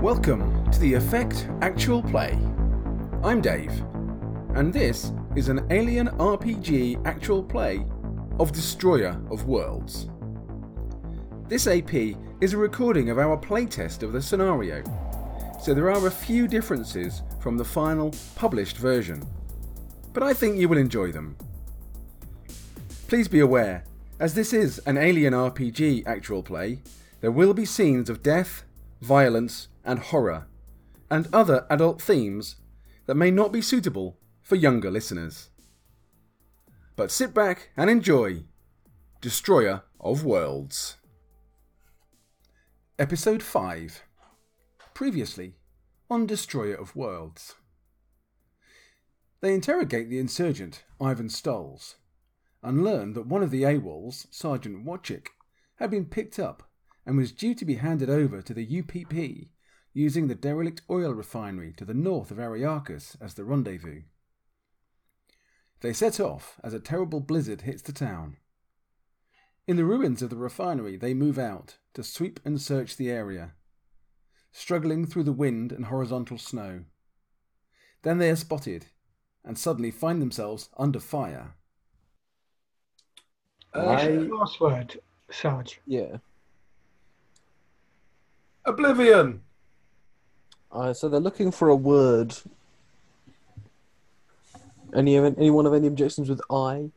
Welcome to the Effect Actual Play. I'm Dave, and this is an alien RPG actual play of Destroyer of Worlds. This AP is a recording of our playtest of the scenario, so there are a few differences from the final published version, but I think you will enjoy them. Please be aware, as this is an alien RPG actual play, there will be scenes of death, violence, and horror, and other adult themes that may not be suitable for younger listeners. But sit back and enjoy Destroyer of Worlds. Episode 5 Previously on Destroyer of Worlds. They interrogate the insurgent, Ivan Stoles, and learned that one of the AWOLs, Sergeant Watchick, had been picked up and was due to be handed over to the UPP using the derelict oil refinery to the north of Ariarchus as the rendezvous. They set off as a terrible blizzard hits the town. In the ruins of the refinery, they move out to sweep and search the area, struggling through the wind and horizontal snow. Then they are spotted and suddenly find themselves under fire. What's I- your password, Sarge? Yeah. Oblivion! Uh, so they're looking for a word. Any of anyone have any objections with I?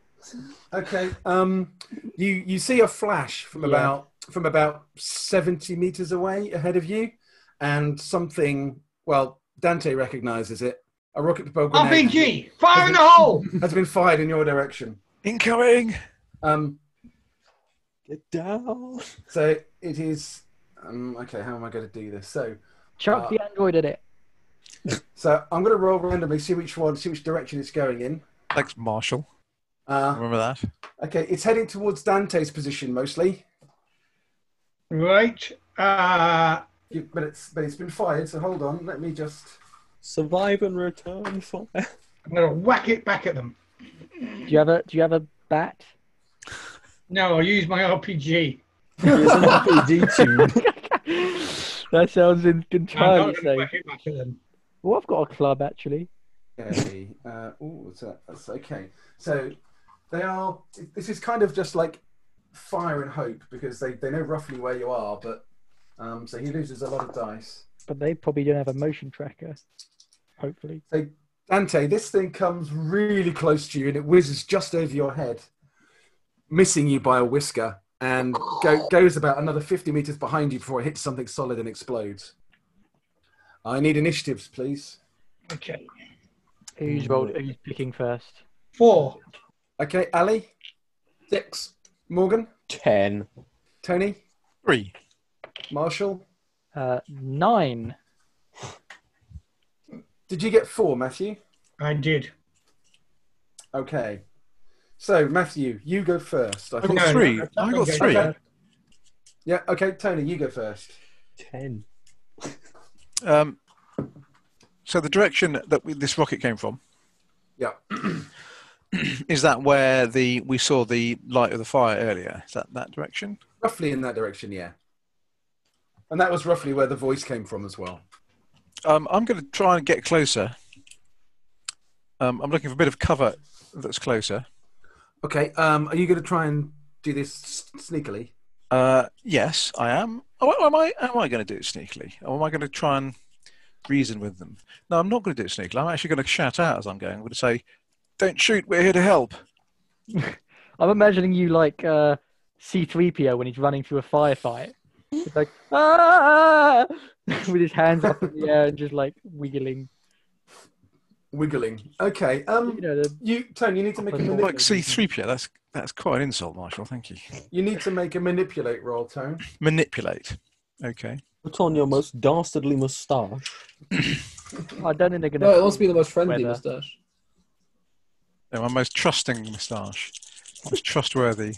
Okay. Um, you you see a flash from Yeah. about from about seventy meters away ahead of you, and something. Well, Dante recognizes it. A rocket propelled grenade RPG! Fire in the hole! has been fired in your direction. Incoming! Um, Get down. so it is. Um, okay, how am I going to do this? So, Chuck Uh, the android at it. so I'm going to roll randomly, see which one, see which direction it's going in. Thanks, Marshall. Uh, Remember that? okay, it's heading towards Dante's position mostly, Right. Uh, You- but it's but it's been fired. So hold on, let me just. Survive and return fire. I'm going to whack it back at them. Do you have a Do you have a bat? No, I'll use my RPG. Here's an RPG tune. that sounds in- I'm not entirely going to safe. whack it back at them. Well, I've got a club actually. Okay. Uh, oh, that, that's okay. So they are. This is kind of just like fire and hope because they, they know roughly where you are, but um, so he loses a lot of dice. But they probably don't have a motion tracker. Hopefully. Dante, this thing comes really close to you and it whizzes just over your head, missing you by a whisker, and go, goes about another 50 meters behind you before it hits something solid and explodes. I need initiatives, please. Okay. Hmm. Who's rolled? Who's picking first? Four. Okay, Ali. Six. Morgan. Ten. Tony. Three. Marshall. Uh, nine. Did you get four, Matthew? I did. Okay. So, Matthew, you go first. I I think. got three. no, I got okay. three. Okay. Yeah, okay, Tony, you go first. Ten. Um, so the direction that we, this rocket came from. Yeah. Is that where the we saw the light of the fire earlier? Is that that direction? Roughly in that direction, yeah. And that was roughly where the voice came from as well. Um, I'm going to try and get closer. Um, I'm looking for a bit of cover that's closer. Okay, um, are you going to try and do this s- sneakily? Uh, yes, I am. Oh, well, am I? Am I going to do it sneakily? Or am I going to try and reason with them? No, I'm not going to do it sneakily. I'm actually going to shout out as I'm going. I'm going to say, "Don't shoot! We're here to help." I'm imagining you like uh, C3PO when he's running through a firefight. It's like ah, with his hands up in the air and just like wiggling. Wiggling. Okay, You um, know, the, you you, Tony, you need to make a Like Like manipulate. C three PO. That's that's quite an insult, Marshall. Thank you. You need to make a manipulate roll, Tony. Manipulate. Okay. Put on your most dastardly moustache. I don't think they're gonna. No, it must be the most friendly Weather. moustache. Yeah, my most trusting moustache. Most trustworthy.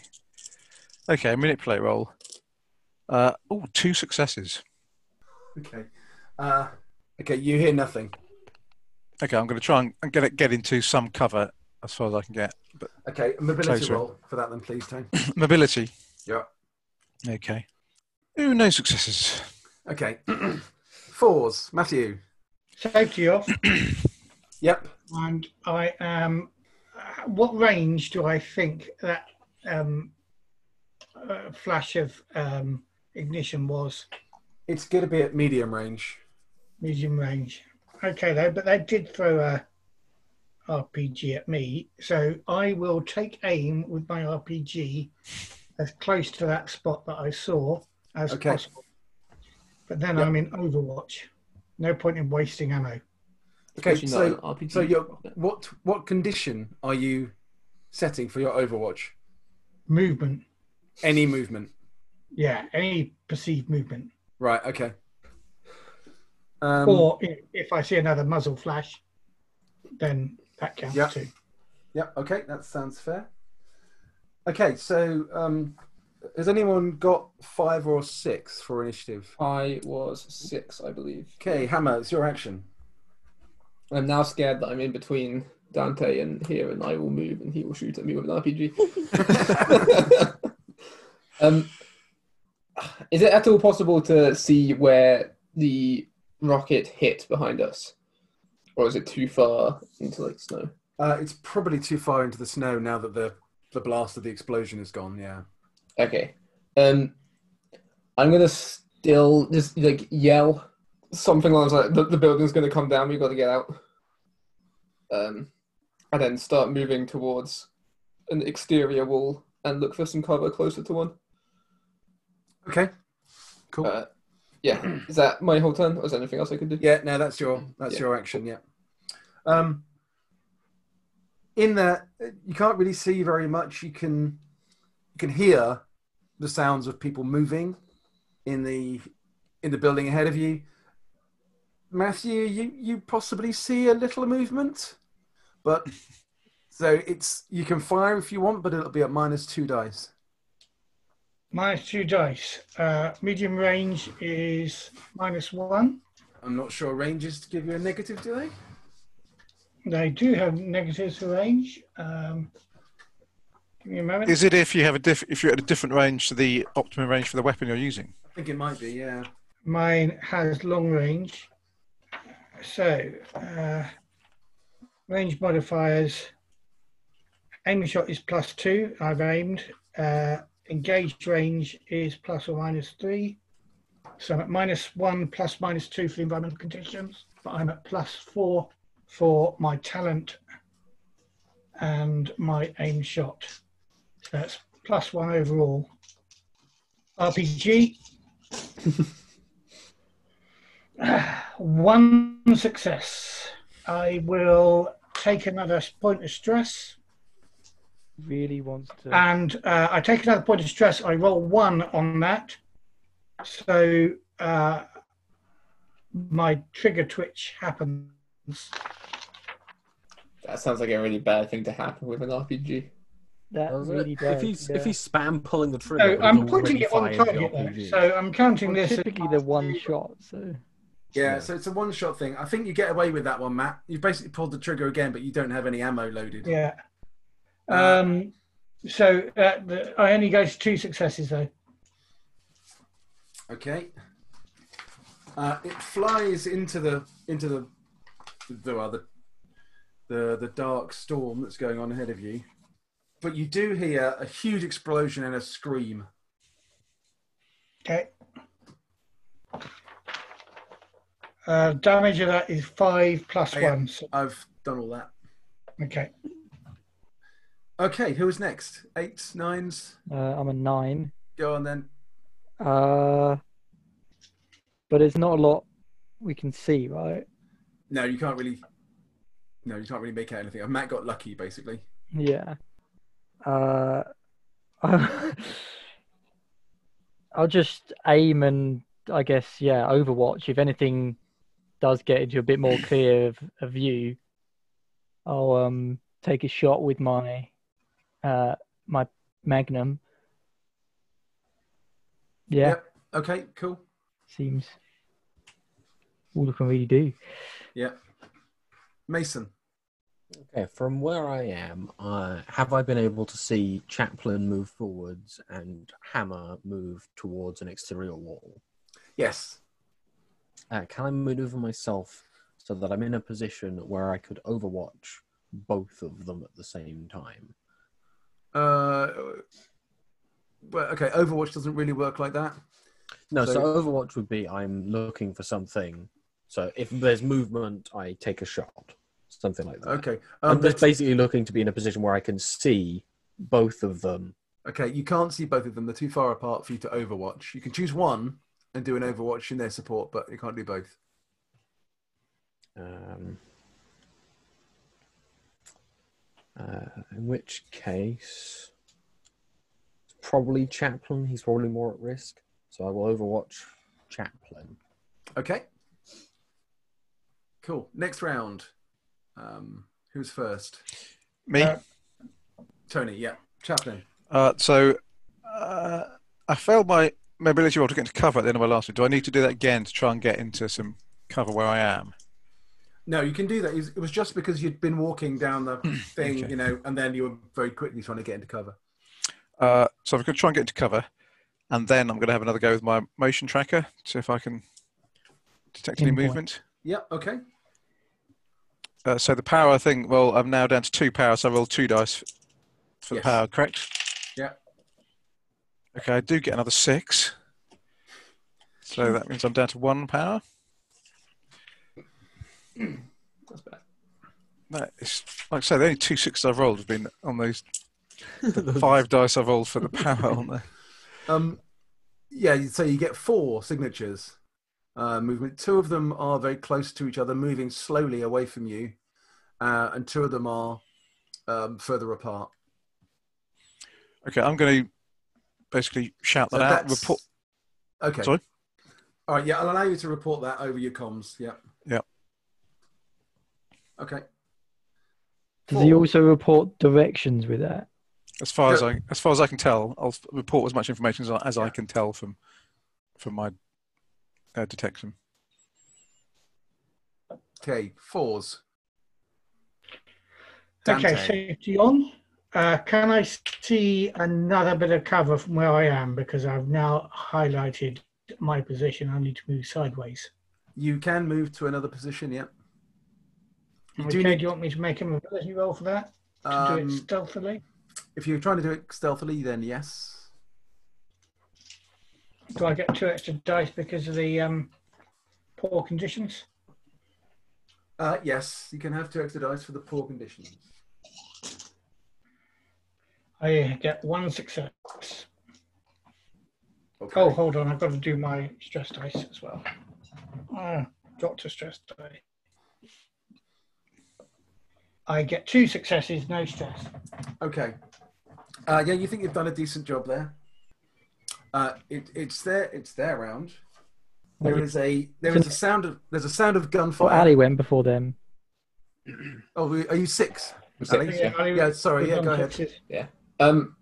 Okay. Manipulate roll. Uh, oh, two successes. Okay. Uh, okay, you hear nothing. Okay, I'm going to try and, and get get into some cover as far as I can get. But Okay, mobility Closer. roll for that then, please, Tony. mobility. Yeah. Okay. Ooh, no successes. Okay. Fours, Matthew. Safety off. Yep. and I am. uh, What range do I think that um, uh, flash of um, ignition was? It's going to be at medium range. Medium range. Okay, though, but they did throw a RPG at me, so I will take aim with my RPG as close to that spot that I saw as Okay. possible. But then I'm in Overwatch. No point in wasting ammo. Okay, Especially not so, an RPG. so your what what condition are you setting for your Overwatch? Movement. Any movement. Yeah, any perceived movement. Right, okay. Um, or i- if I see another muzzle flash, then that counts Yeah. too. Yeah, okay, that sounds fair. Okay, so um, has anyone got five or six for initiative? I was six, I believe. Okay, Hammer, it's your action. I'm now scared that I'm in between Dante and here, and I will move, and he will shoot at me with an RPG. um, is it at all possible to see where the rocket hit behind us, or is it too far into like snow? Uh, it's probably too far into the snow now that the, the blast of the explosion is gone, yeah. Okay. Um, I'm gonna still just like yell something along the lines like the, the building's gonna come down. We've got to get out. Um, and then start moving towards an exterior wall and look for some cover closer to one. Okay, cool. Uh, yeah. Is that my whole turn, or is there anything else I could do? Yeah, no, that's your that's Yeah. your action. Yeah. Um, in there, uh, you can't really see very much. You can you can hear the sounds of people moving in the in the building ahead of you. Matthew, you you possibly see a little movement, but so it's you can fire if you want, but it'll be at minus two dice. Minus two dice. Uh, medium range is minus one. I'm not sure ranges to give you a negative, do they? They do have negatives for range. Um, give me a moment. Is it if you have a diff- if you're at a different range to the optimum range for the weapon you're using? I think it might be. Yeah. Mine has long range. So, uh, range modifiers. Aiming shot is plus two. I've aimed. Uh, engaged range is plus or minus three. So I'm at minus one, plus minus two for the environmental conditions, but I'm at plus four for my talent and my aim shot. So that's plus one overall. RPG, One success. I will take another point of stress, Really wants to. Ah, and uh, I take another point of stress. I roll one on that, so uh, my trigger twitch happens. That sounds like a really bad thing to happen with an RPG. that Does it? really does. If he's yeah. if he's spam pulling the trigger, So but he's I'm already putting it on fired the target, though. RPG. So I'm counting Well, this. as typically the one shot. So Yeah, Yeah. so it's a one shot thing. I think you get away with that one, Matt. You've basically pulled the trigger again, but you don't have any ammo loaded. Yeah. Um, so uh, the, I only go to two successes though. Okay. Uh, it flies into the into the the well, the, the the dark storm that's going on ahead of you. But you do hear a huge explosion and a scream. Okay. Uh, damage of that is five plus Oh, yeah. one. So, I've done all that. okay. Okay, who is next? Eights, nines. uh, I'm a nine. Go on then. Uh, but it's not a lot we can see, right? No, you can't really. No, you can't really make out anything. Matt got lucky, basically. Yeah. Uh, I'll just aim and I guess yeah, Overwatch. If anything does get into a bit more clear of a view, I'll um take a shot with my uh my Magnum. Yeah, Yep. Okay. Cool. seems all I can really do. Mason. Okay, from where I am, uh, have I been able to see Chaplin move forwards and Hammer move towards an exterior wall? Yes. uh, can I maneuver myself so that I'm in a position where I could overwatch both of them at the same time? Uh, well, okay, Overwatch doesn't really work like that. No, so, So- Overwatch would be I'm looking for something. So if there's movement, I take a shot, something like that. Okay, I'm um, just basically looking to be in a position where I can see both of them. okay, you can't see both of them; they're too far apart for you to Overwatch. You can choose one and do an Overwatch in their support, but you can't do both. Um, uh, in which case, it's probably Chaplin. He's probably more at risk. So I will overwatch Chaplin. Okay. Cool. Next round. Um, who's first? Me. Uh, Tony. Yeah. Chaplin. Uh, so uh, I failed my mobility roll to get into cover at the end of my last one. Do I need to do that again to try and get into some cover where I am? No, you can do that. It was just because you'd been walking down the thing, Okay. you know, and then you were very quickly trying to get into cover. Uh, so I'm going to try and get into cover, and then I'm going to have another go with my motion tracker, see if I can detect any Pinpoint. movement. Yeah. Okay. Uh, so the power thing, well, I'm now down to two power, so I roll two dice for Yes. the power, correct? Yeah. Okay, I do get another six. Hmm. So that means I'm down to one power. That's bad. That is, like I say, the only two sixes I've rolled have been on those the five dice I've rolled for the power on there. Um, yeah. So you get four signatures. Uh, movement. Two of them are very close to each other, moving slowly away from you, uh, and two of them are um, further apart. Okay, I'm going to basically shout that So out. that's- Report. Okay. Sorry? All right. Yeah, I'll allow you to report that over your comms. Yeah. Yep. Okay. Does he Cool. also report directions with that? As far as I, as far as I can tell, I'll f- report as much information as I, as I can tell from, from my uh, detection. Okay. Fours. Dante. Okay, so Dion, uh, can I see another bit of cover from where I am because I've now highlighted my position. I need to move sideways. You can move to another position. Yeah. You Okay, do do, need- you want me to make a mobility roll for that to do it Um, stealthily? if you're trying to do it stealthily, then yes. Do I get two extra dice because of the um, poor conditions? Uh, yes, you can have two extra dice for the poor conditions. I get one success. Okay. Oh, hold on, I've got to do my stress dice as well. Uh, Mm. doctor stress die. I get two successes, no stress. Okay. Uh, yeah, you think you've done a decent job there. Uh, it, it's their it's their round. There is a there is a sound of there's a sound of Well, gunfire. Ali went before them. Oh, we- are you six? I'm Alex? six, Yeah, I- Yeah, sorry. Yeah, go ahead. Successes. Um,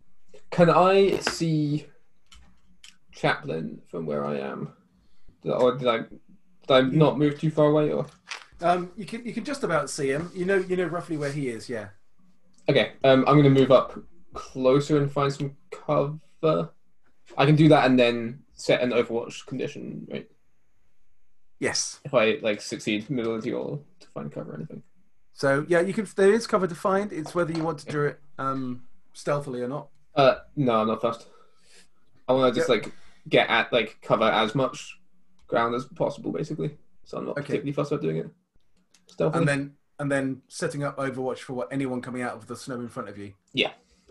can I see Chaplin from where I am? Did I, or did I, did I not move too far away? Or Um, you can you can just about see him. You know you know roughly where he is. Yeah. okay, um, I'm gonna move up closer and find some cover. I can do that and then set an Overwatch condition, right? Yes. If I like succeed mobility or to find cover or anything. So yeah, you can. There is cover to find. It's whether you want to do it um, stealthily or not. Uh, no, I'm not fast. I want to just like get at like cover as much ground as possible, basically. So I'm not Okay. particularly fussed about doing it. Stealthily. And then and then setting up Overwatch for what anyone coming out of the snow in front of you.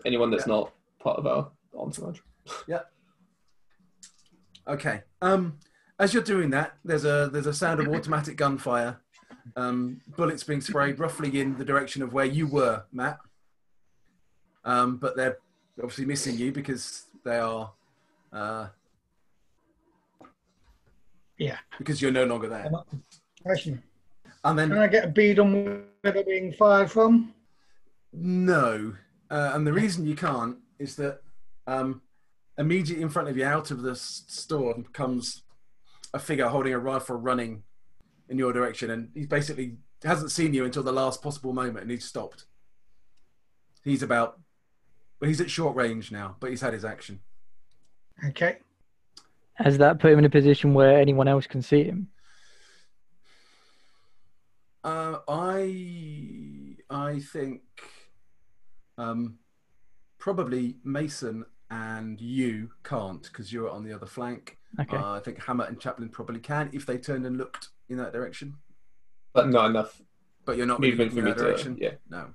anyone that's not part of our entourage. Okay. Um, as you're doing that, there's a there's a sound of automatic gunfire, um, bullets being sprayed roughly in the direction of where you were, Matt. Um, but they're obviously missing you because they are, uh, Yeah. because you're no longer there. Question. And then Can I get a bead on where they're being fired from? No, uh, and the reason you can't is that um, immediately in front of you, out of the s- store, comes a figure holding a rifle, running in your direction, and he basically hasn't seen you until the last possible moment, and he's stopped. He's about, well, he's at short range now, but he's had his action. Okay. Has that put him in a position where anyone else can see him? Uh, I I think um, probably Mason and you can't because you're on the other flank. Okay. Uh, I think Hammer and Chaplin probably can if they turned and looked in that direction. But not enough But you're not Mm-hmm. really movement looking for me in that to. direction. Yeah. No,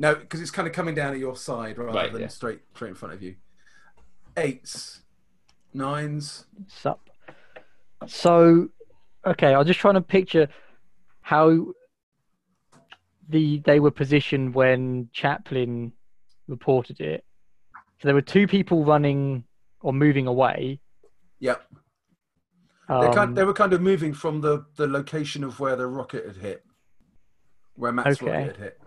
no, because it's kind of coming down at your side rather Right, than yeah. straight straight in front of you. Eights, nines. Sup. So, okay, I'm just trying to picture how the they were positioned when Chaplin reported it. So there were two people running or moving away. Yep. Um, they, kind, they were kind of moving from the, the location of where the rocket had hit, where Matt's Okay. rocket had hit.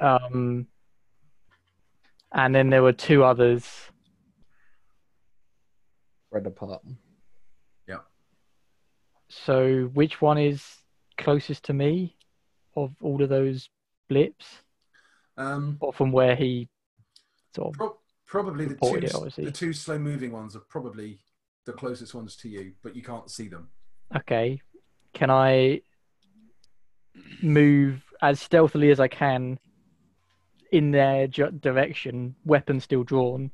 um, and then there were two others. Spread apart. So which one is closest to me of all of those blips, Um, or from where he sort of? pro- probably the two, Reported it, obviously. the two slow moving ones are probably the closest ones to you, but you can't see them. Okay, can I move as stealthily as I can in their ju- direction, weapon still drawn?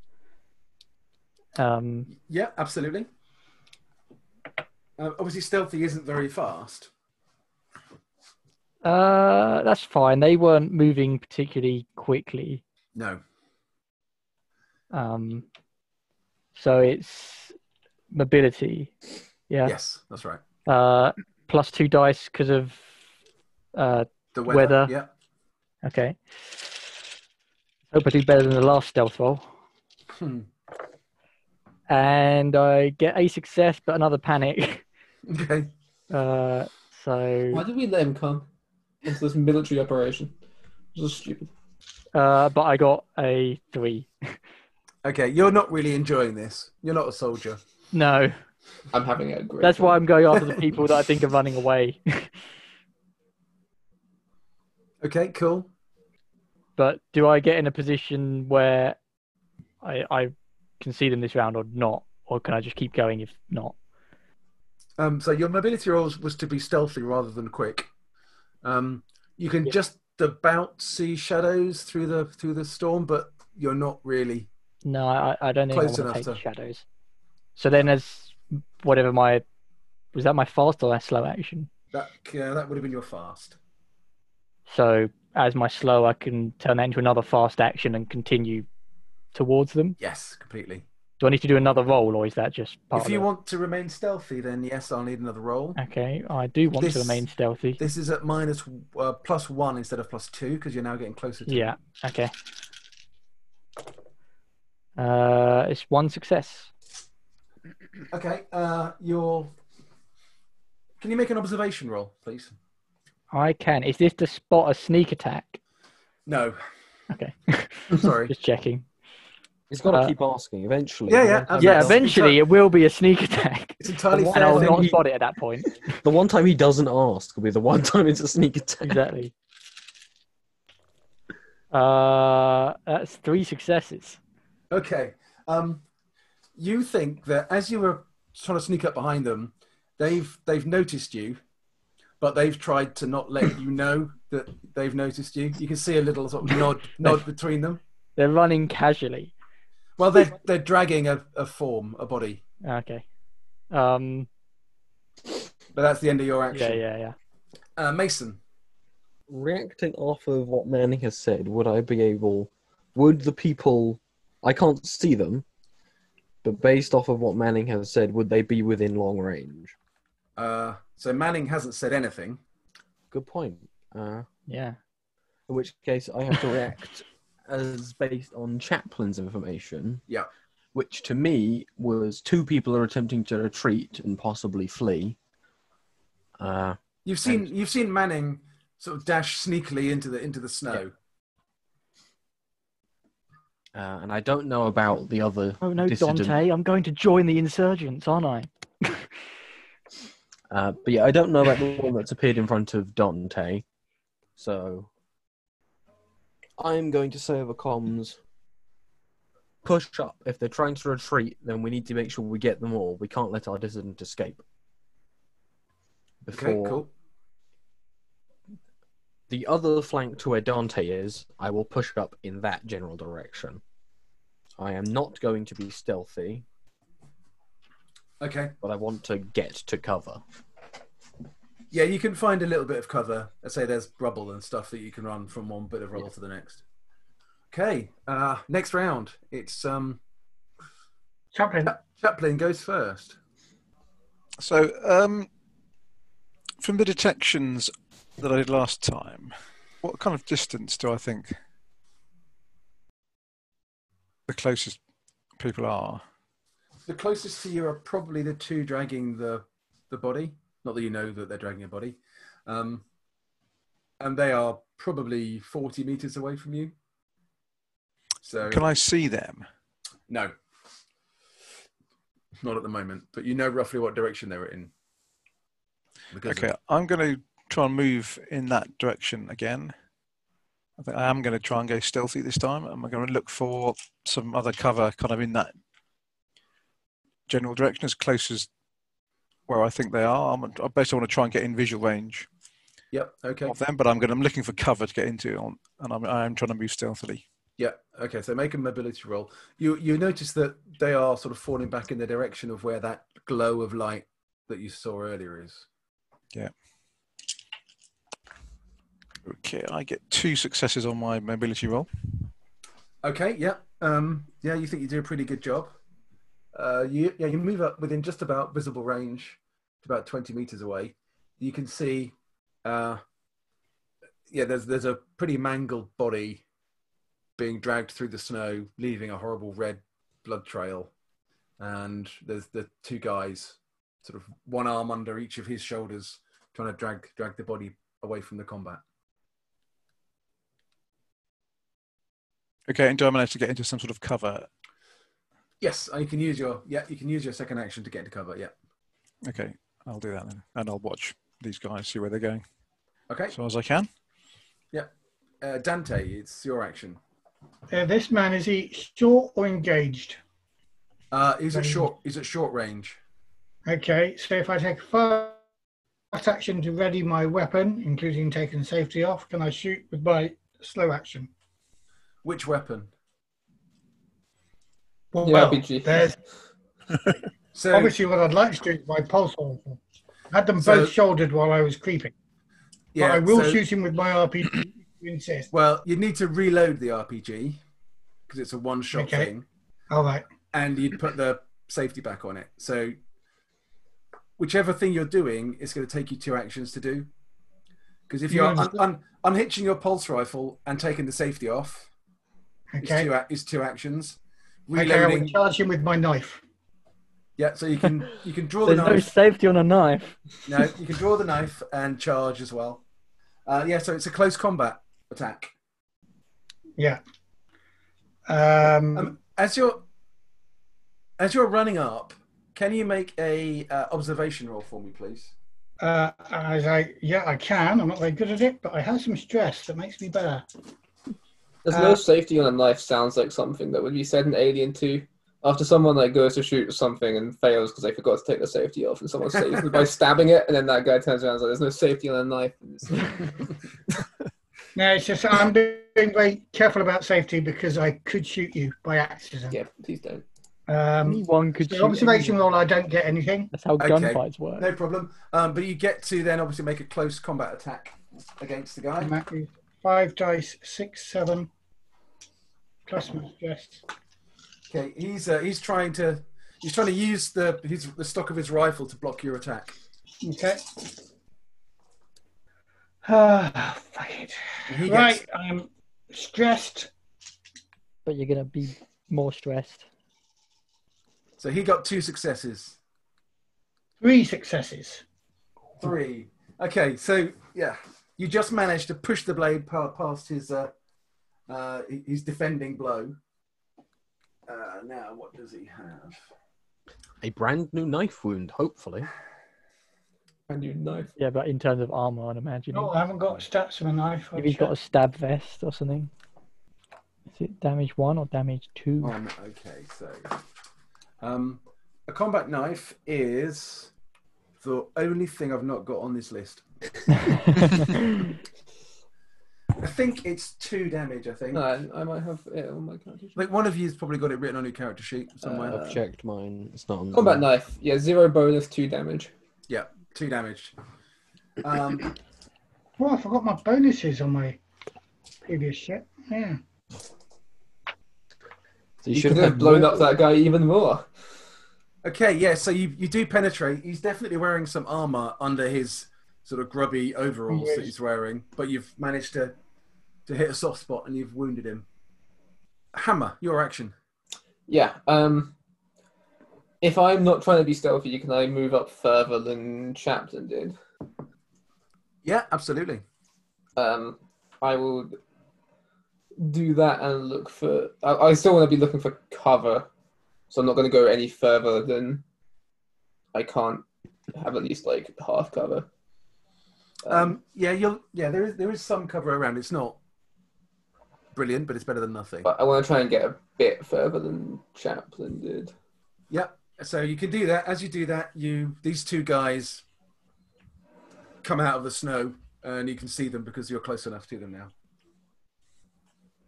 Um, Yeah, absolutely. Uh, obviously, stealthy isn't very fast. uh, that's fine. They weren't moving particularly quickly. No. Um, so it's mobility. Yeah. Yes, that's right. Uh, plus two dice because of. Uh, The weather. Weather. Yeah. okay. Hope I do better than the last stealth roll. Hmm. And I get a success, but another panic. Okay. Uh, Why so, did we let him come into this military operation? This is stupid. uh, but I got a three. Okay. You're not really enjoying this. You're not a soldier. No, I'm having a great. that's why I'm going after the people that I think are running away. Okay. Cool. but do I get in a position where I, I can see them this round or not? Or can I just keep going if not? Um, so your mobility rolls was to be stealthy rather than quick. Um, you can Yeah. just about see shadows through the through the storm, but you're not really. No, I, I don't think Close I enough want to take to- the shadows. So then, as whatever my was that my fast or my slow action? That yeah, that would have been your fast. So as my slow, I can turn that into another fast action and continue towards them. Yes, completely. Do I need to do another roll, or is that just part? if of you it? want to remain stealthy, then yes, I'll need another roll. okay, I do want This- to remain stealthy. This is at minus uh, plus one instead of plus two because you're now getting closer. to Yeah. Okay. Uh, it's one success. Okay. Uh, your. Can you make an observation roll, please? I can. Is this to spot a sneak attack? No. Okay. Sorry. Just checking. He's got to Uh, keep asking. Eventually. Yeah, the yeah, one time he Yeah, Yes. doesn't- eventually it will be a sneak attack. It's entirely And fair. I'll that Oh, not you- spot it at that point. The one time he doesn't ask will be the one time it's a sneak attack. Exactly. Uh, that's three successes. Okay. Um, you think that as you were trying to sneak up behind them, they've they've noticed you, but they've tried to not let you know that they've noticed you. You can see a little sort of nod nod between them. They're running casually. Well, they're they're dragging a, a form, a body, Okay. Um, but that's the end of your yeah, action. yeah, yeah. Uh, Mason. Reacting off of what Manning has said, would I be able? Would the people? I can't see them, but based off of what Manning has said, would they be within long range? Uh, so Manning hasn't said anything. Good point. Uh, Yeah. in which case, I have to react as based on Chaplin's information. Yeah. Which to me was two people are attempting to retreat and possibly flee. Uh, You've seen you've seen Manning sort of dash sneakily into the into the snow. uh, and I don't know about the other. Oh no, dissident- Dante! I'm going to join the insurgents, aren't I? Uh, but yeah, I don't know about the one that's appeared in front of Dante. So I'm going to say over comms push up. If they're trying to retreat, then we need to make sure we get them all. We can't let our dissident escape. Okay, Before cool. The other flank to where Dante is, I will push up in that general direction. I am not going to be stealthy, Okay. but I want to get to cover. Yeah, you can find a little bit of cover. Let's say there's rubble and stuff that you can run from one bit of rubble to the next. Okay. Uh, next round. It's um, Chaplin, Chaplin goes first. So, um, from the detections that I did last time, what kind of distance do I think the closest people are? The closest to you are probably the two dragging the the body. Not that you know that they're dragging a body, um, and they are probably forty meters away from you. So Can I see them? no, not at the moment. But you know roughly what direction they're in. Because of- Okay, I'm going to try and move in that direction again. I think I am going to try and go stealthy this time. Am I going to look for some other cover kind of in that general direction as close as where I think they are? I'm, I basically want to try and get in visual range Yep. Okay. of them, but I'm going to, I'm looking for cover to get into on, and I'm, I'm trying to move stealthily. Yeah. Okay. So make a mobility roll. You you notice that they are sort of falling back in the direction of where that glow of light that you saw earlier is. Okay, I get two successes on my mobility roll. Okay. Yeah. Um. Yeah. You think you do a pretty good job. Uh. You yeah. You move up within just about visible range, to about twenty meters away. You can see. Uh. Yeah. There's there's a pretty mangled body, being dragged through the snow, leaving a horrible red blood trail, and there's the two guys, sort of one arm under each of his shoulders, trying to drag drag the body away from the combat. Okay, and do I manage to get into some sort of cover? Yes, and you can use your yeah. You can use your second action to get into cover. Yeah. Okay, I'll do that then, and I'll watch these guys see where they're going Okay. as far as I can. Uh, Dante, it's your action. uh, this man is he short or engaged? Uh, is it Range. short? Is it short range? Okay, so if I take fast action to ready my weapon, including taking safety off, can I shoot with my slow action? Which weapon? Well, The RPG. there's So obviously what I'd like to do is my pulse rifle. I had them So- both shouldered while I was creeping. yeah, but I will so- shoot him with my RPG. if you insist. Well, you'd need to reload the RPG because it's a one-shot Okay. thing, All right. and you'd put the safety back on it. So whichever thing you're doing, it's going to take you two actions to do. Because if You you're un- understood? un- unhitching your pulse rifle and taking the safety off, is Okay. two a- is two actions. Okay, I Reloading, will charge him with my knife. yeah. So you can you can draw There's the no knife. safety on a knife. No, you can draw the knife and charge as well. Uh, yeah, so it's a close combat attack. Yeah. Um, Um, as you're as you're running up, can you make a uh, observation roll for me, please? uh, I was like, yeah, I can. I'm not very good at it, but I have some stress that makes me better. There's no Uh, safety on a knife sounds like something that would be said in Alien 2. After someone like goes to shoot something and fails because they forgot to take the safety off, and someone saves them by stabbing it, and then that guy turns around and is like, "There's no safety on a knife." And it's- No, it's just I'm being very careful about safety because I could shoot you by accident. yeah, please don't. Um, Anyone could so shoot observation anyone. roll, I don't get anything. That's how Okay. gunfights work. No problem. Um, but you get to then obviously make a close combat attack against the And guy. that is Five dice, six, seven, plus my stress. Okay, he's uh, he's trying to he's trying to use the his the stock of his rifle to block your attack. Okay. Ah, fuck it. And he gets- Right, I'm stressed. But you're gonna be more stressed. So he got two successes. Three successes. Three. Okay, so yeah, you just managed to push the blade pa- past his uh, uh, his defending blow. Uh, now, what does he have? A brand new knife wound, hopefully. And you knife. Yeah, but in terms of armor, I'm imagining. No, I haven't got stats on a knife. Maybe he's got a stab vest or something. Is it damage one or damage two? Um, okay, so um, a combat knife is Oh. the only thing I've not got on this list. I think it's two damage. I think. No, I might have it on my character. sheet. Like one of you's probably got it written on your character sheet somewhere. Uh, I've checked mine. It's not on the- Combat knife. Yeah, zero bonus, two damage. yeah, two damage. Um, Well, Oh, I forgot my bonuses on my previous shit. Yeah. So You, you, should could have blown up that guy even more. okay, yeah. So you you do penetrate. He's definitely wearing some armor under his sort of grubby overalls that Yes. he's wearing, but you've managed to to hit a soft spot and you've wounded him. Hammer, your action. Yeah. Um, if I'm not trying to be stealthy, can I move up further than Chaplin did? Yeah, absolutely. Um, I will do that and look for. I, I still want to be looking for cover, so I'm not going to go any further than I can't have at least like half cover. Um, yeah, you'll yeah. There is there is some cover around. It's not brilliant, but it's better than nothing. but I want to try and get a bit further than Chaplin did. Yep. So you can do that. As you do that, you these two guys come out of the snow, and you can see them because you're close enough to them now,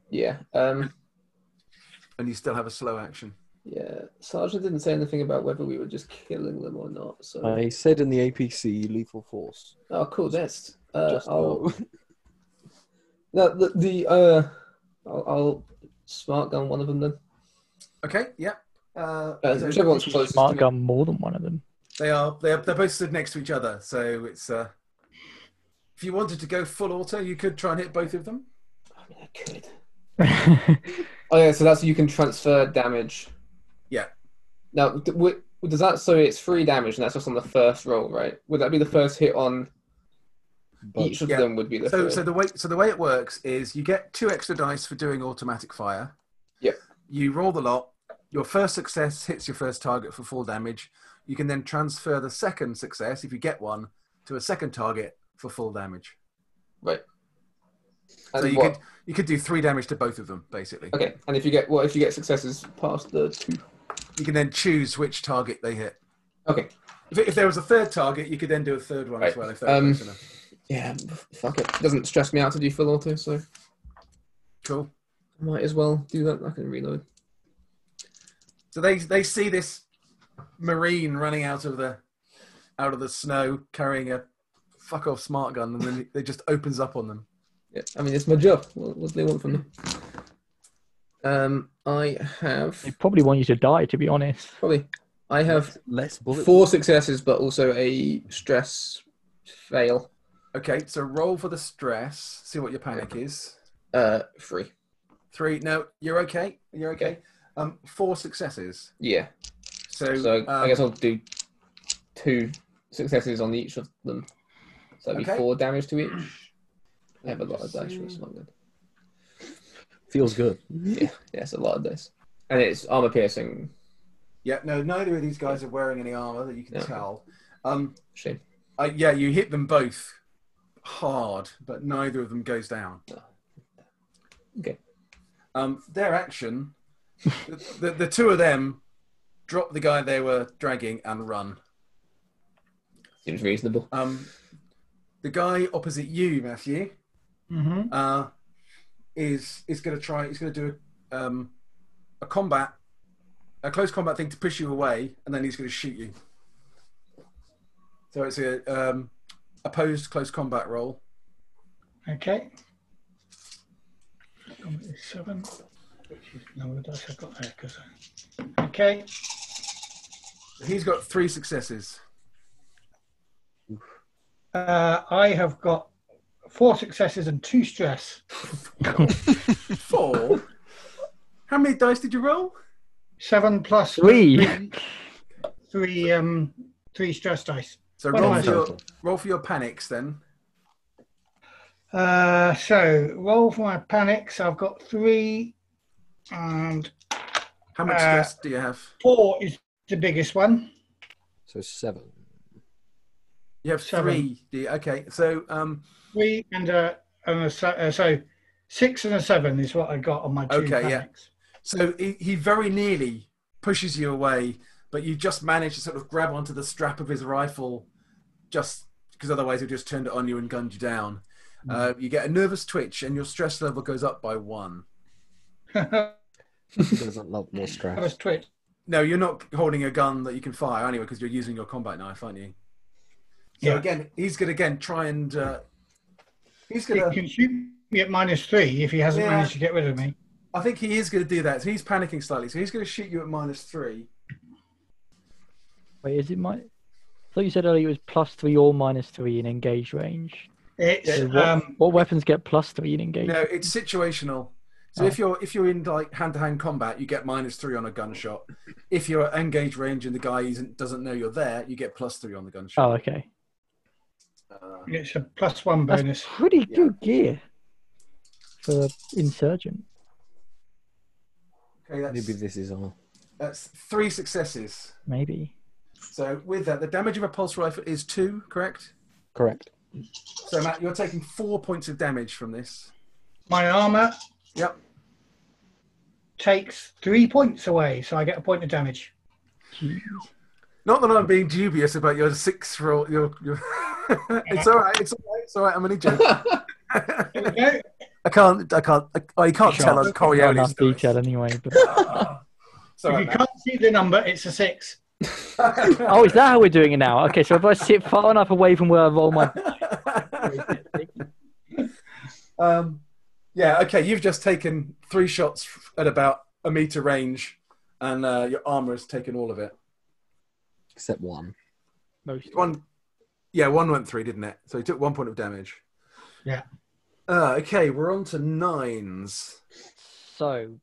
Yeah. Um, and you still have a slow action. yeah. Sergeant didn't say anything about whether we were just killing them or not. So. I said in the APC lethal force. Oh, cool. That's. Uh, Just I'll, now. no, the, the uh, I'll, I'll smart gun one of them then. Okay. Yep. Uh, Uh, so whichever one's closest. to Mark me. gun more than one of them. they are they are they're both stood next to each other. So it's uh, if you wanted to go full auto, you could try and hit both of them. I mean, I could. I Oh yeah, so that's you can transfer damage. Yeah. Now, d- w- does that so it's three damage, and that's just on the first roll, right? Would that be the first hit on But each of Yeah. them? Would be the So, three. so the way so the way it works is you get two extra dice for doing automatic fire. Yep. You roll the lot. Your first success hits your first target for full damage. You can then transfer the second success, if you get one, to a second target for full damage. right. And so you what? could you could do three damage to both of them basically. Okay, and if you get what if you get successes past the two? You can then choose which target they hit. Okay. If, if there was a third target, you could then do a third one as Right. well. If that's Um, close enough. Yeah, f- fuck it. Doesn't stress me out to do full auto, so Cool. might as well do that. I can reload. So they they see this marine running out of the out of the snow carrying a fuck off smart gun, and then it just opens up on them. Yeah, I mean it's my job. What, what do they want from me? Um, I have probably want you to die, to be honest. probably I have less bullet. four successes, but also a stress fail. Okay, so roll for the stress. See what your panic is. Uh, three. Three. No, you're okay. You're okay. Um, four successes. Yeah. So, So I um, guess I'll do two successes on each of them. So that'd be Okay. four damage to each. I have a lot of dice. so It's not good. Feels good. Yeah, yeah, it's a lot of dice, and it's armor piercing. yeah. No, neither of these guys are wearing any armor that you can Yeah. tell. Um, Shame. I, yeah, you hit them both hard, but neither of them goes down. Okay. Um, their action, the, the, the two of them drop the guy they were dragging and run. Seems reasonable. Um, the guy opposite you, Matthew, Mm-hmm. uh, is is going to try. He's going to do a, um, a combat, a close combat thing to push you away, and then he's going to shoot you. So it's a um, opposed close combat roll. Okay. Number is Seven. Which is the number of dice I've got there, 'cause I- Okay. He's got three successes. Uh, I have got four successes and two stress. Four. How many dice did you roll? Seven plus Three. three um three stress dice. So Well, roll no. for, your, roll for your panics then. Uh, so roll for my panics. I've got three, and How much Uh, stress do you have? four is the biggest one. So seven. You have seven. three. Do you, okay, so um, Three and a and a se- uh, so six and a seven is what I got on my two Okay, yeah. panics. so he, he very nearly pushes you away, but you just manage to sort of grab onto the strap of his rifle, just because otherwise he'd just turned it on you and gunned you down. Hmm. Uh, you get a nervous twitch, and your stress level goes up by one. He doesn't love more that stress. was twitch. No, you're not holding a gun that you can fire anyway because you're using your combat knife, aren't you? So Yeah. again, he's going to again try and uh, he's going It to. can shoot me at minus three if he hasn't uh, Yeah. managed to get rid of me. I think he is going to do that. So he's panicking slightly. So he's going to shoot you at minus three. Wait, is it my? I thought you said earlier it was plus three or minus three in engage range. It's So what, um, what weapons get plus three in engage? No, it's situational. So Oh. if you're if you're in like hand to hand combat, you get minus three on a gunshot. If you're at engage range and the guy isn't, doesn't know you're there, you get plus three on the gunshot. Oh, okay. Uh, it's a plus one That's bonus. pretty good gear for insurgent. okay, that's, Maybe this is all. that's three successes. Maybe. So with that, the damage of a pulse rifle is two, correct? Correct. So Matt, you're taking four points of damage from this. My armor Yep. takes three points away, so I get a point of damage. Not that I'm being dubious about your six roll. Your, your it's all right. It's all right. It's all right. I'm only joking. There we go. I can't. I can't. I, oh, you can't Sure. tell us Not Coriolis. enough detail anyway. But... Sorry, if you can't see the number, it's a six. oh, is that how we're doing it now? Okay, so if I sit far enough away from where I roll my. um, yeah. Okay. You've just taken three shots at about a meter range, and uh, your armor has taken all of it. Except one. Most. One. Yeah, one went three, didn't it? So he took one point of damage. Yeah. Uh, okay, we're on to nines. So,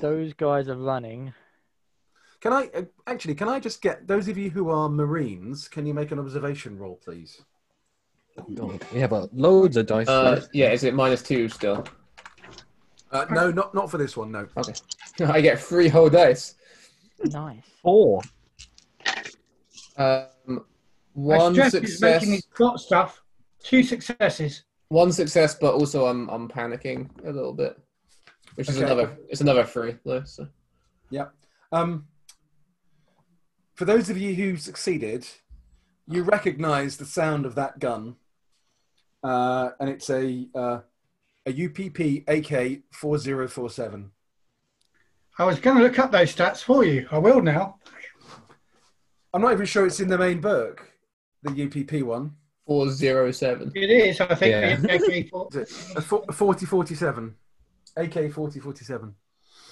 those guys are running. Can I uh, actually? Can I just get those of you who are Marines? Can you make an observation roll, please? Oh, God. We have uh, loads of dice. Uh, yeah, is it minus two still? Uh, no, not not for this one. No. I get three whole dice. Nice. Four. Um, My one stress is success, making me got stuff. Two successes. one success, but also I'm I'm panicking a little bit, which is Okay. another it's another three though. So. Yeah. Um, for those of you who succeeded, you recognise the sound of that gun, uh, and it's a uh, a UPP AK four zero four seven. I was going to look up those stats for you. I will now. I'm not even sure it's in the main book, the UPP one. Four zero seven. It is, I think. Yeah. the AK-4. Is it a fo- a 4047? AK 4047.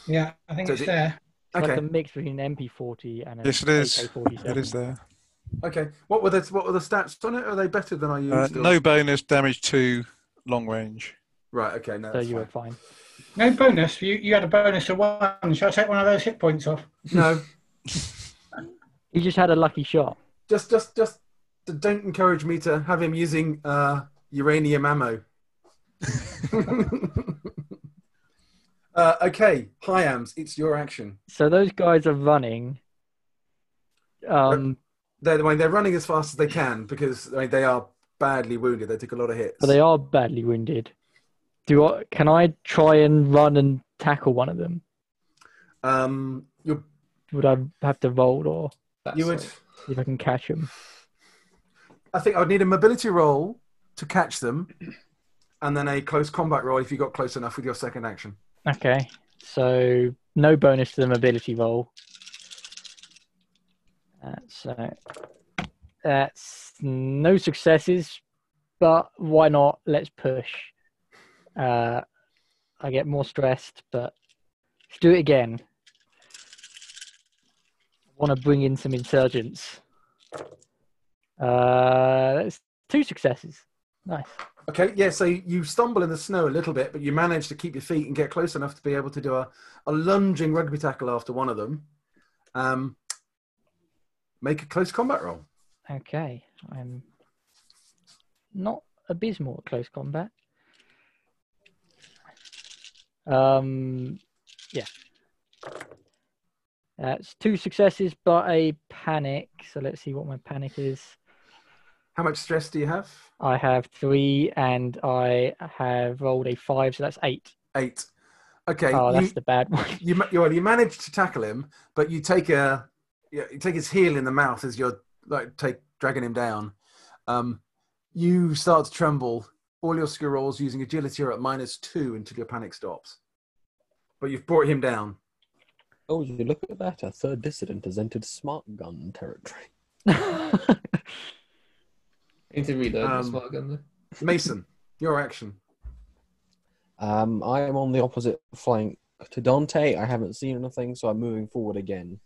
yeah, I think So it's the- there. It's Okay. like a mix between an MP40 and an Yes, it is. AK-47. It is there. Okay. What were the what were the stats on it? Are they better than I used? Uh, or- no bonus damage to long range. Right. Okay. No. So that's you were fine. fine. No bonus. You, you had a bonus of one. Shall I take one of those hit points off? No. He just had a lucky shot. Just just just don't encourage me to have him using uh, uranium ammo. uh, okay. Hi, Ams. It's your action. So those guys are running. Um, They're I mean, they're running as fast as they can because I mean, they are badly wounded. They took a lot of hits. but they are badly wounded. Do I, can I try and run and tackle one of them? um, you Would I have to roll or you would. see if I can catch him? I think I would need a mobility roll to catch them, and then a close combat roll if you got close enough with your second action. Okay. So no bonus to the mobility roll. Uh, so that's no successes, but why not? Let's push. Uh, I get more stressed, but let's do it again. I want to bring in some insurgents. Uh, that's two successes. Nice. Okay, yeah. So you stumble in the snow a little bit, but you manage to keep your feet and get close enough to be able to do a, a lunging rugby tackle after one of them. Um, make a close combat roll. Okay, I'm not abysmal at close combat. Um, yeah, that's two successes, but a panic. So let's see what my panic is. How much stress do you have? I have three, and I have rolled a five, so that's eight. Eight. Okay. Oh, you, that's the bad one. you, ma- you, well, you manage to tackle him, but you take a you you take his heel in the mouth as you're like take dragging him down. Um, you start to tremble. all your skill rolls using agility are at minus two until your panic stops. But you've brought him down. Oh, you look at that. Our third dissident has entered smart gun territory. need to reload Um, this one again. Mason, your action. Um, I am on the opposite flank to Dante. I haven't seen anything, so I'm moving forward again.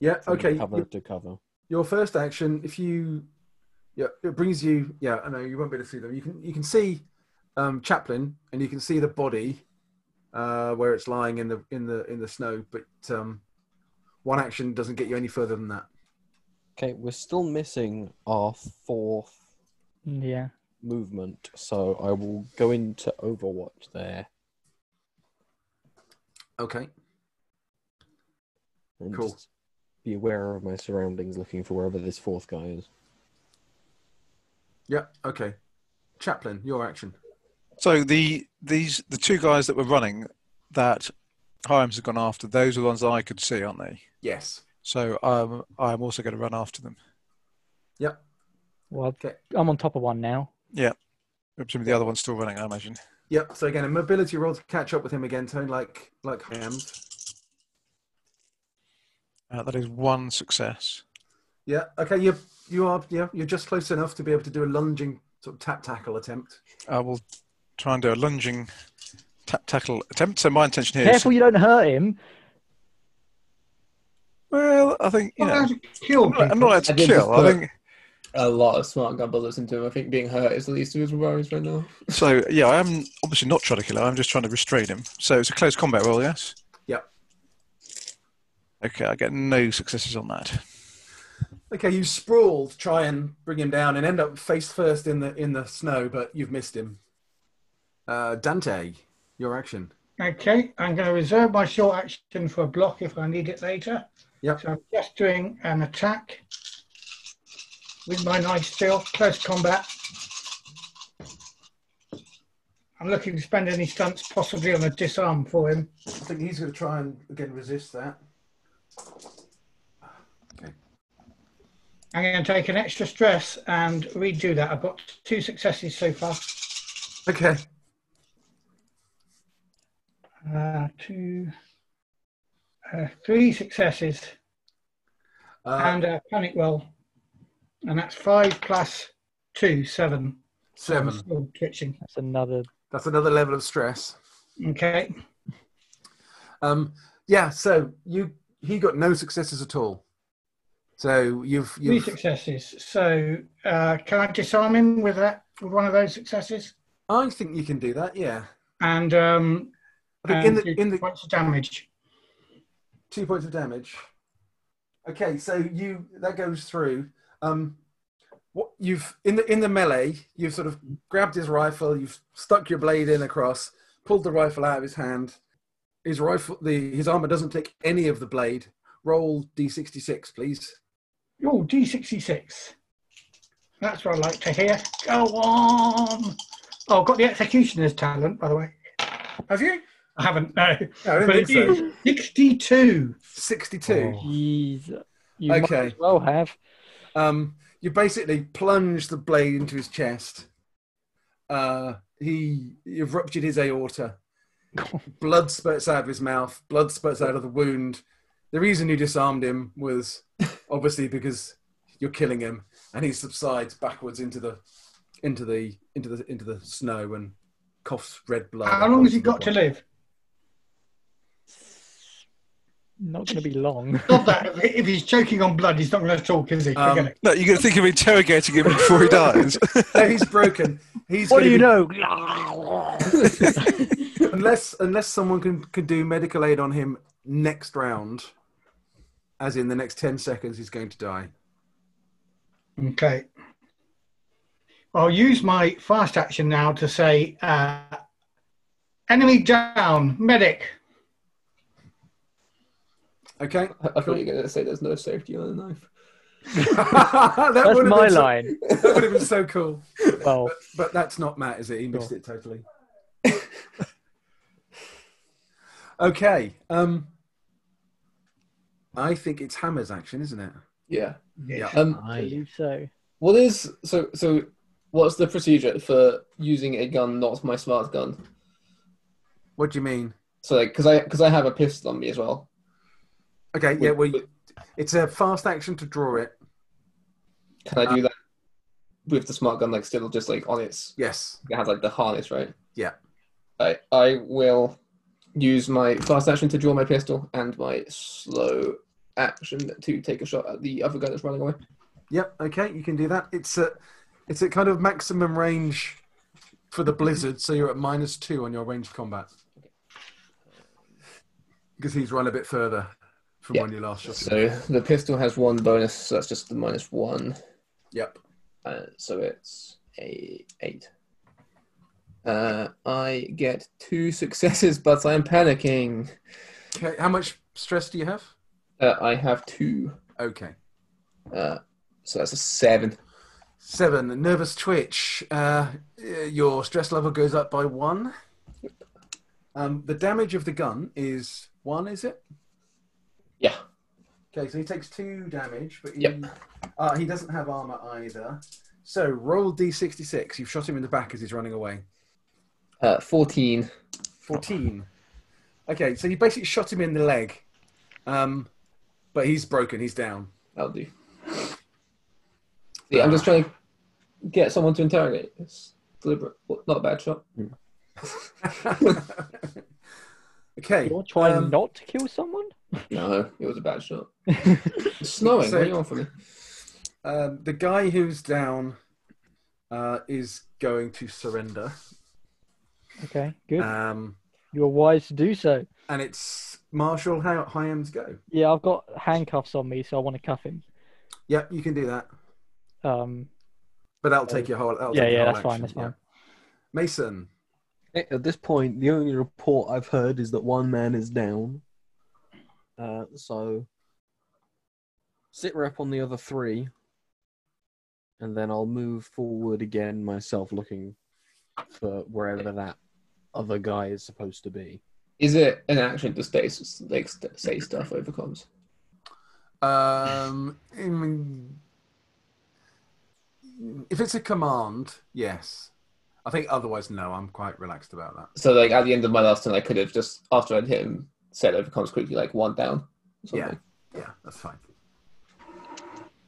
Yeah, From okay. Cover y- to cover. Your first action, if you, yeah, it brings you. Yeah, I know you won't be able to see them. You can you can see um, Chaplin, and you can see the body uh, where it's lying in the in the in the snow. But um, one action doesn't get you any further than that. Okay, we're still missing our fourth yeah. movement, so I will go into Overwatch there Okay. and Cool. just be aware of my surroundings, looking for wherever this fourth guy is. Yeah. Okay. Chaplin, your action. So the these the two guys that were running that Himes had gone after, those are the ones that I could see, aren't they? Yes. So um, I'm also going to run after them. Yep. Well, Okay. I'm on top of one now. Presumably the other one's still running, I imagine. Yep. So again, a mobility roll to catch up with him again, Tone, like like hams. Uh, that is one success. Yeah. Okay. You you are yeah. You're just close enough to be able to do a lunging sort of tap tackle attempt. I will try and do a lunging tap tackle attempt. So my intention here is Careful you don't hurt him. well, I think you Not know, allowed to Oh, kill I'm not- I'm not people. allowed to I did just kill. I put- think A lot of smart gun bullets into him. I think being hurt is the least of his worries right now. so. Yeah, I am obviously not trying to kill him. I'm just trying to restrain him. So it's a close combat roll, yes. Yep. Okay, I get no successes on that. Okay. You sprawl to try and bring him down and end up face first in the in the snow, but you've missed him. Uh, Dante, your action. Okay, I'm going to reserve my short action for a block if I need it later. Yep. So I'm just doing an attack with my knife still, close combat. I'm looking to spend any stunts possibly on a disarm for him. I think he's going to try and again resist that. I'm going to take an extra stress and redo that. I've got two successes so far. Okay. Uh, two, uh, three successes Uh, and a panic roll. And that's five plus two, seven. I'm seven. still twitching. That's another. That's another level of stress. Okay. Um, yeah. So you he got no successes at all. So you've Three you've successes. So uh, can I disarm him with that with one of those successes? I think you can do that. Yeah. And, um, I think and in the do in the points of damage. two points of damage. Okay, so you that goes through. Um, what you've in the in the melee, you've sort of grabbed his rifle, you've stuck your blade in across, pulled the rifle out of his hand. His rifle, the his armor doesn't take any of the blade. Roll d66, please. Oh, D66. That's what I like to hear. Go on. Oh, I've got the executioner's talent, by the way. Have you? I haven't, No, no. I But don't it think so. is 62. 62. Jeez. Oh. You might Okay. as well have. Um, you basically plunge the blade into his chest. Uh, he you've ruptured his aorta. blood spurts out of his mouth. Blood spurts out of the wound. The reason you disarmed him was obviously because you're killing him, and he subsides backwards into the into the into the into the snow and coughs red blood. How long has he got to live? Not going to be long. Not that. If- If he's choking on blood, he's not going to talk, is he? Um, Forget it. No, you're going to think of interrogating him before he dies. No, he's broken. He's what gonna do you be- know? unless unless someone can, can do medical aid on him next round, as in the next ten seconds, he's going to die. Okay. I'll use my fast action now to say, uh, enemy down, medic. Okay, I, I thought you were going to say there's no safety on a knife. that That's would have my been so- line. that would have been so cool. Well, But that's not Matt, is it? He missed it totally. okay. Um, I think it's Hammer's action, isn't it? Yeah. Yeah. Um, I believe so. What is so so What's the procedure for using a gun, not my smart gun? What do you mean? So like, because I because I have a pistol on me as well. Okay, yeah, well, you- it's a fast action to draw it. Can I do that with the smart gun? Like still just like on its Yes. it has like the harness, right? Yeah. I I will use my fast action to draw my pistol and my slow action to take a shot at the other guy that's running away. Yep. Okay, you can do that. It's a, it's at kind of maximum range for the blizzard, so you're at minus two on your ranged combat. Because he's run a bit further from Yeah. when you last shot. him. So the pistol has one bonus, so that's just the minus one. Yep. Uh, so it's a eight. Uh, I get two successes, but I'm panicking. Okay. How much stress do you have? Uh, I have two, Okay. uh, so that's a seven. Seven. Nervous twitch. Uh, uh, your stress level goes up by one. Um, the damage of the gun is one, is it? Yeah. Okay, so he takes two damage, but he, Yep. uh, he doesn't have armor either. So roll d66. You've shot him in the back as he's running away. Uh, Fourteen. 14. Okay, so you basically shot him in the leg, um, but he's broken. He's down. That'll do. See, I'm just trying to get someone to interrogate. It's deliberate. Well, not a bad shot. okay. You want to try um, not to kill someone? No, it was a bad shot. It's snowing. What do you want from me? Um, the guy who's down uh, is going to surrender. Okay, good. Um, You're wise to do so. and it's Marshall Hy- Hyams go. Yeah, I've got handcuffs on me, so I want to cuff him. Yep, you can do that. Um, But that'll take your whole. That'll Yeah, take your yeah, whole that's fine, action, that's fine. yeah. Mason. At this point, the only report I've heard is that one man is down. Uh, so, sit rep on the other three, and then I'll move forward again myself, looking for wherever that other guy is supposed to be. Is it an action to stay, s- like, st- say stuff over comms? Um, I mean, if it's a command, yes. I think otherwise, no. I'm quite relaxed about that. So, like, at the end of my last turn, I could have just, after I'd hit him, said over comms quickly, like, one down. or Yeah, something. yeah, that's fine.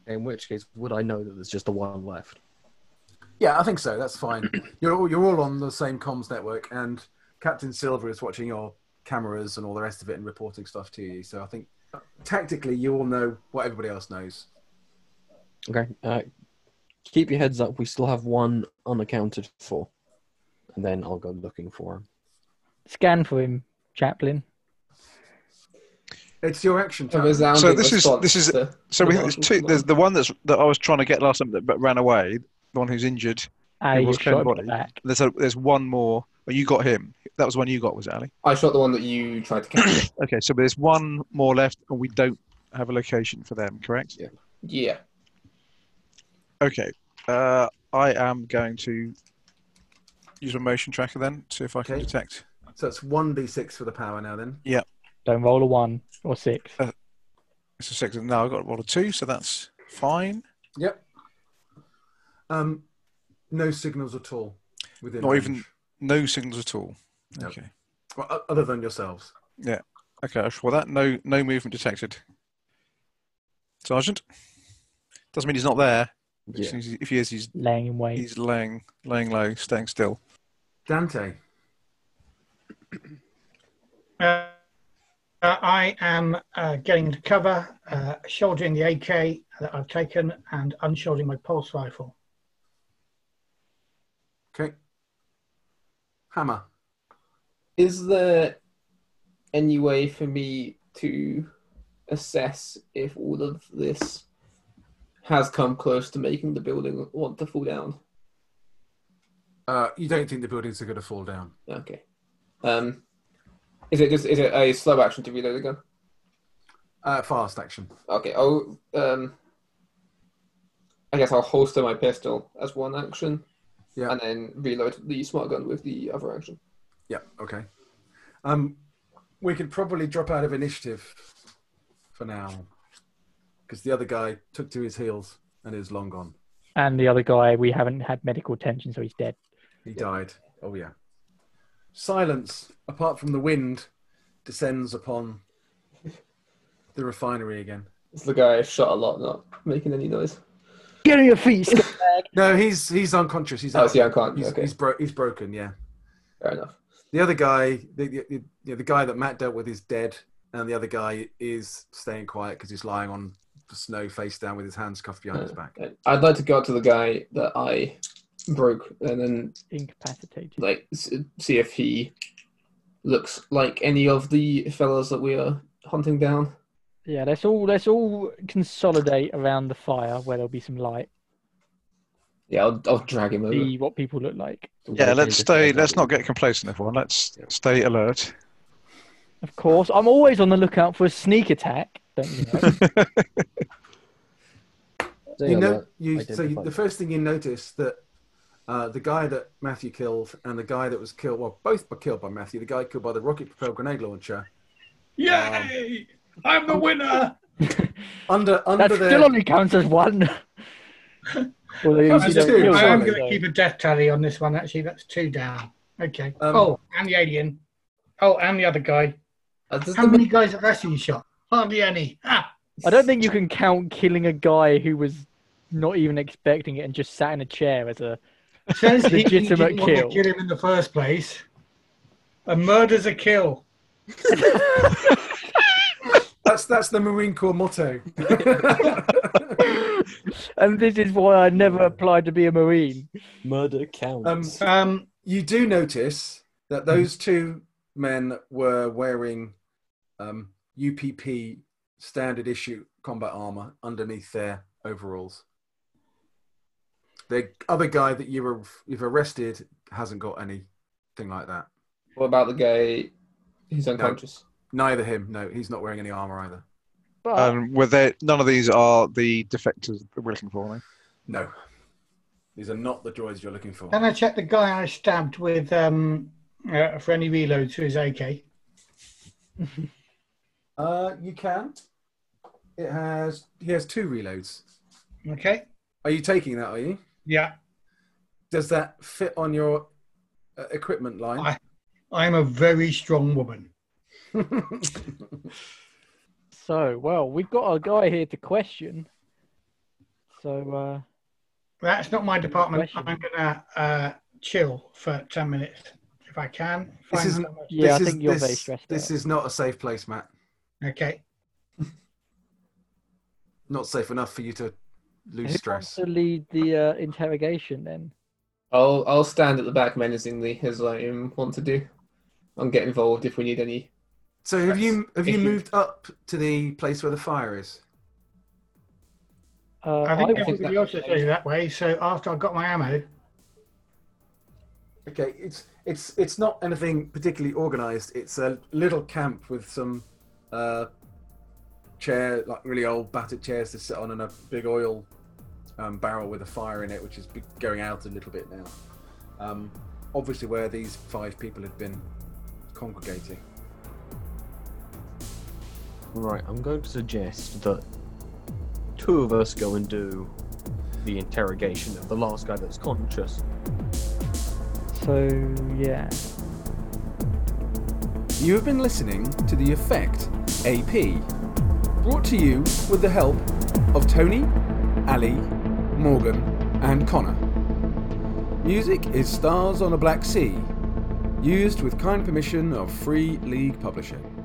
In which case, would I know that there's just the one left? Yeah, I think so. That's fine. You're all, you're all on the same comms network, and Captain Silver is watching your cameras and all the rest of it and reporting stuff to you. So I think tactically, you all know what everybody else knows. Okay. Uh, keep your heads up. We still have one unaccounted for, and then I'll go looking for him. scan for him, Chaplin. It's your action. Oh, A Taryn. resounding So this is- response this is- to So we the think there's last two. one. There's the one that's that I was trying to get last time, that, but ran away. The one who's injured. Ah, It you was shot him in Kenbody. the back. There's a, there's one more. Well, you got him. That was the one you got, was it, Ali? I shot the one that you tried to catch. Okay, so there's one more left, and we don't have a location for them, correct? yeah. Okay. Uh, I am going to use my motion tracker then, see if I can Okay. detect. So it's one d6 for the power now. Then Don't roll a one or six. Uh, It's a six. and Now I've got a roll of two, so that's fine. Yep. Um, no signals at all within. Not even- range. No signals at all. No. Okay. well, o- other than yourselves. Okay. Well, that no no movement detected. Sergeant. Doesn't mean he's not there. It just means he- If he is, he's Laying in wait. he's laying laying low, staying still. Dante. Uh, uh, I am uh, getting into cover, uh, shouldering the AK that I've taken, and unshouldering my pulse rifle. Okay. Hammer. Is there any way for me to assess if all of this has come close to making the building want to fall down? Uh, you don't think the buildings are going to fall down? Okay. Um, is it just is it a slow action to reload the gun? Uh, fast action. Okay. I'll um, I guess I'll holster my pistol as one action, Yeah. and then reload the smart gun with the other action. Yeah. Okay. Um, we could probably drop out of initiative for now because the other guy took to his heels and is long gone. And the other guy, we haven't had medical attention, so he's dead. He died. Oh yeah. Silence, apart from the wind, descends upon the refinery again. It's the guy I shot a lot, not making any noise. Get on your feet, scumbag. No, he's he's unconscious. He's Oh, see, I out. can't. He's, okay, he's, bro- he's broken. Yeah. fair enough. The other guy, the, the, the, yeah, the guy that Matt dealt with, is dead, and the other guy is staying quiet because he's lying on the snow face down with his hands cuffed behind his back. Right. I'd like to go up to the guy that I broke and then Incapacitated. like s- see if he looks like any of the fellas that we are hunting down. Yeah, let's all let's all consolidate around the fire where there'll be some light. Yeah, I'll, I'll drag him over. See what people look like. Yeah, let's stay. Let's not get complacent, everyone. Let's stay alert. Of course, I'm always on the lookout for a sneak attack. Don't you know? you Damn know, it. you, so you, identify. the first thing you notice that uh, the guy that Matthew killed and the guy that was killed, well, both were killed by Matthew. The guy killed by the rocket-propelled grenade launcher. Um, Yay! I'm the winner. Under under That's their, still only counts as one. well, they That's usually don't two. kill I am one, Sorry. going so- to keep a death tally on this one. Actually, that's two down. Okay. Um, oh, and the alien. Oh, and the other guy. Uh, does How the- many guys have actually shot? Hardly any. Ah, I don't think you can count killing a guy who was not even expecting it and just sat in a chair as a. says he Legitimate didn't want to kill. kill him in the first place. A murder's a kill. That's that's the Marine Corps motto. and this is why I never applied to be a marine. Murder counts. um, Um, you do notice that those two men were wearing um, UPP standard issue combat armor underneath their overalls. The other guy that you were, you've arrested hasn't got anything like that. What about the guy who's unconscious? Neither him. No, he's not wearing any armor either. But Um, were there, none of these are the defectors that we're looking for. No, these are not the droids you're looking for. Can I check the guy I stabbed with um, uh, for any reloads to his AK? Uh, you can. It has. He has two reloads. Okay. Are you taking that? Are you? Yeah, Does that fit on your uh, equipment line? I- I'm a very strong woman. so well, we've got a guy here to question. So uh, That's not my department. Question. I'm gonna uh, chill for ten minutes if I can. This Find isn't- someone- yeah, This I is- think you're this, very stressed This out. is not a safe place, Matt. Okay. Not safe enough for you to lose Who wants stress. to lead the uh, interrogation then? I'll I'll stand at the back menacingly as I am want to do. I'll get involved if we need any. So have you have you If you- moved up to the place where the fire is? Uh, I think was everybody else is going that way. So after I got my ammo, Okay, it's it's it's not anything particularly organised. It's a little camp with some uh, chair, like really old battered chairs to sit on, and a big oil um, barrel with a fire in it, which is be- going out a little bit now. Um, obviously, where these five people had been congregating. Right, I'm going to suggest that two of us go and do the interrogation of the last guy that's conscious. So yeah, You have been listening to The Effect AP, brought to you with the help of Tony, Ali, Morgan, and Connor. Music is Stars on a Black Sea, used with kind permission of Free League Publishing.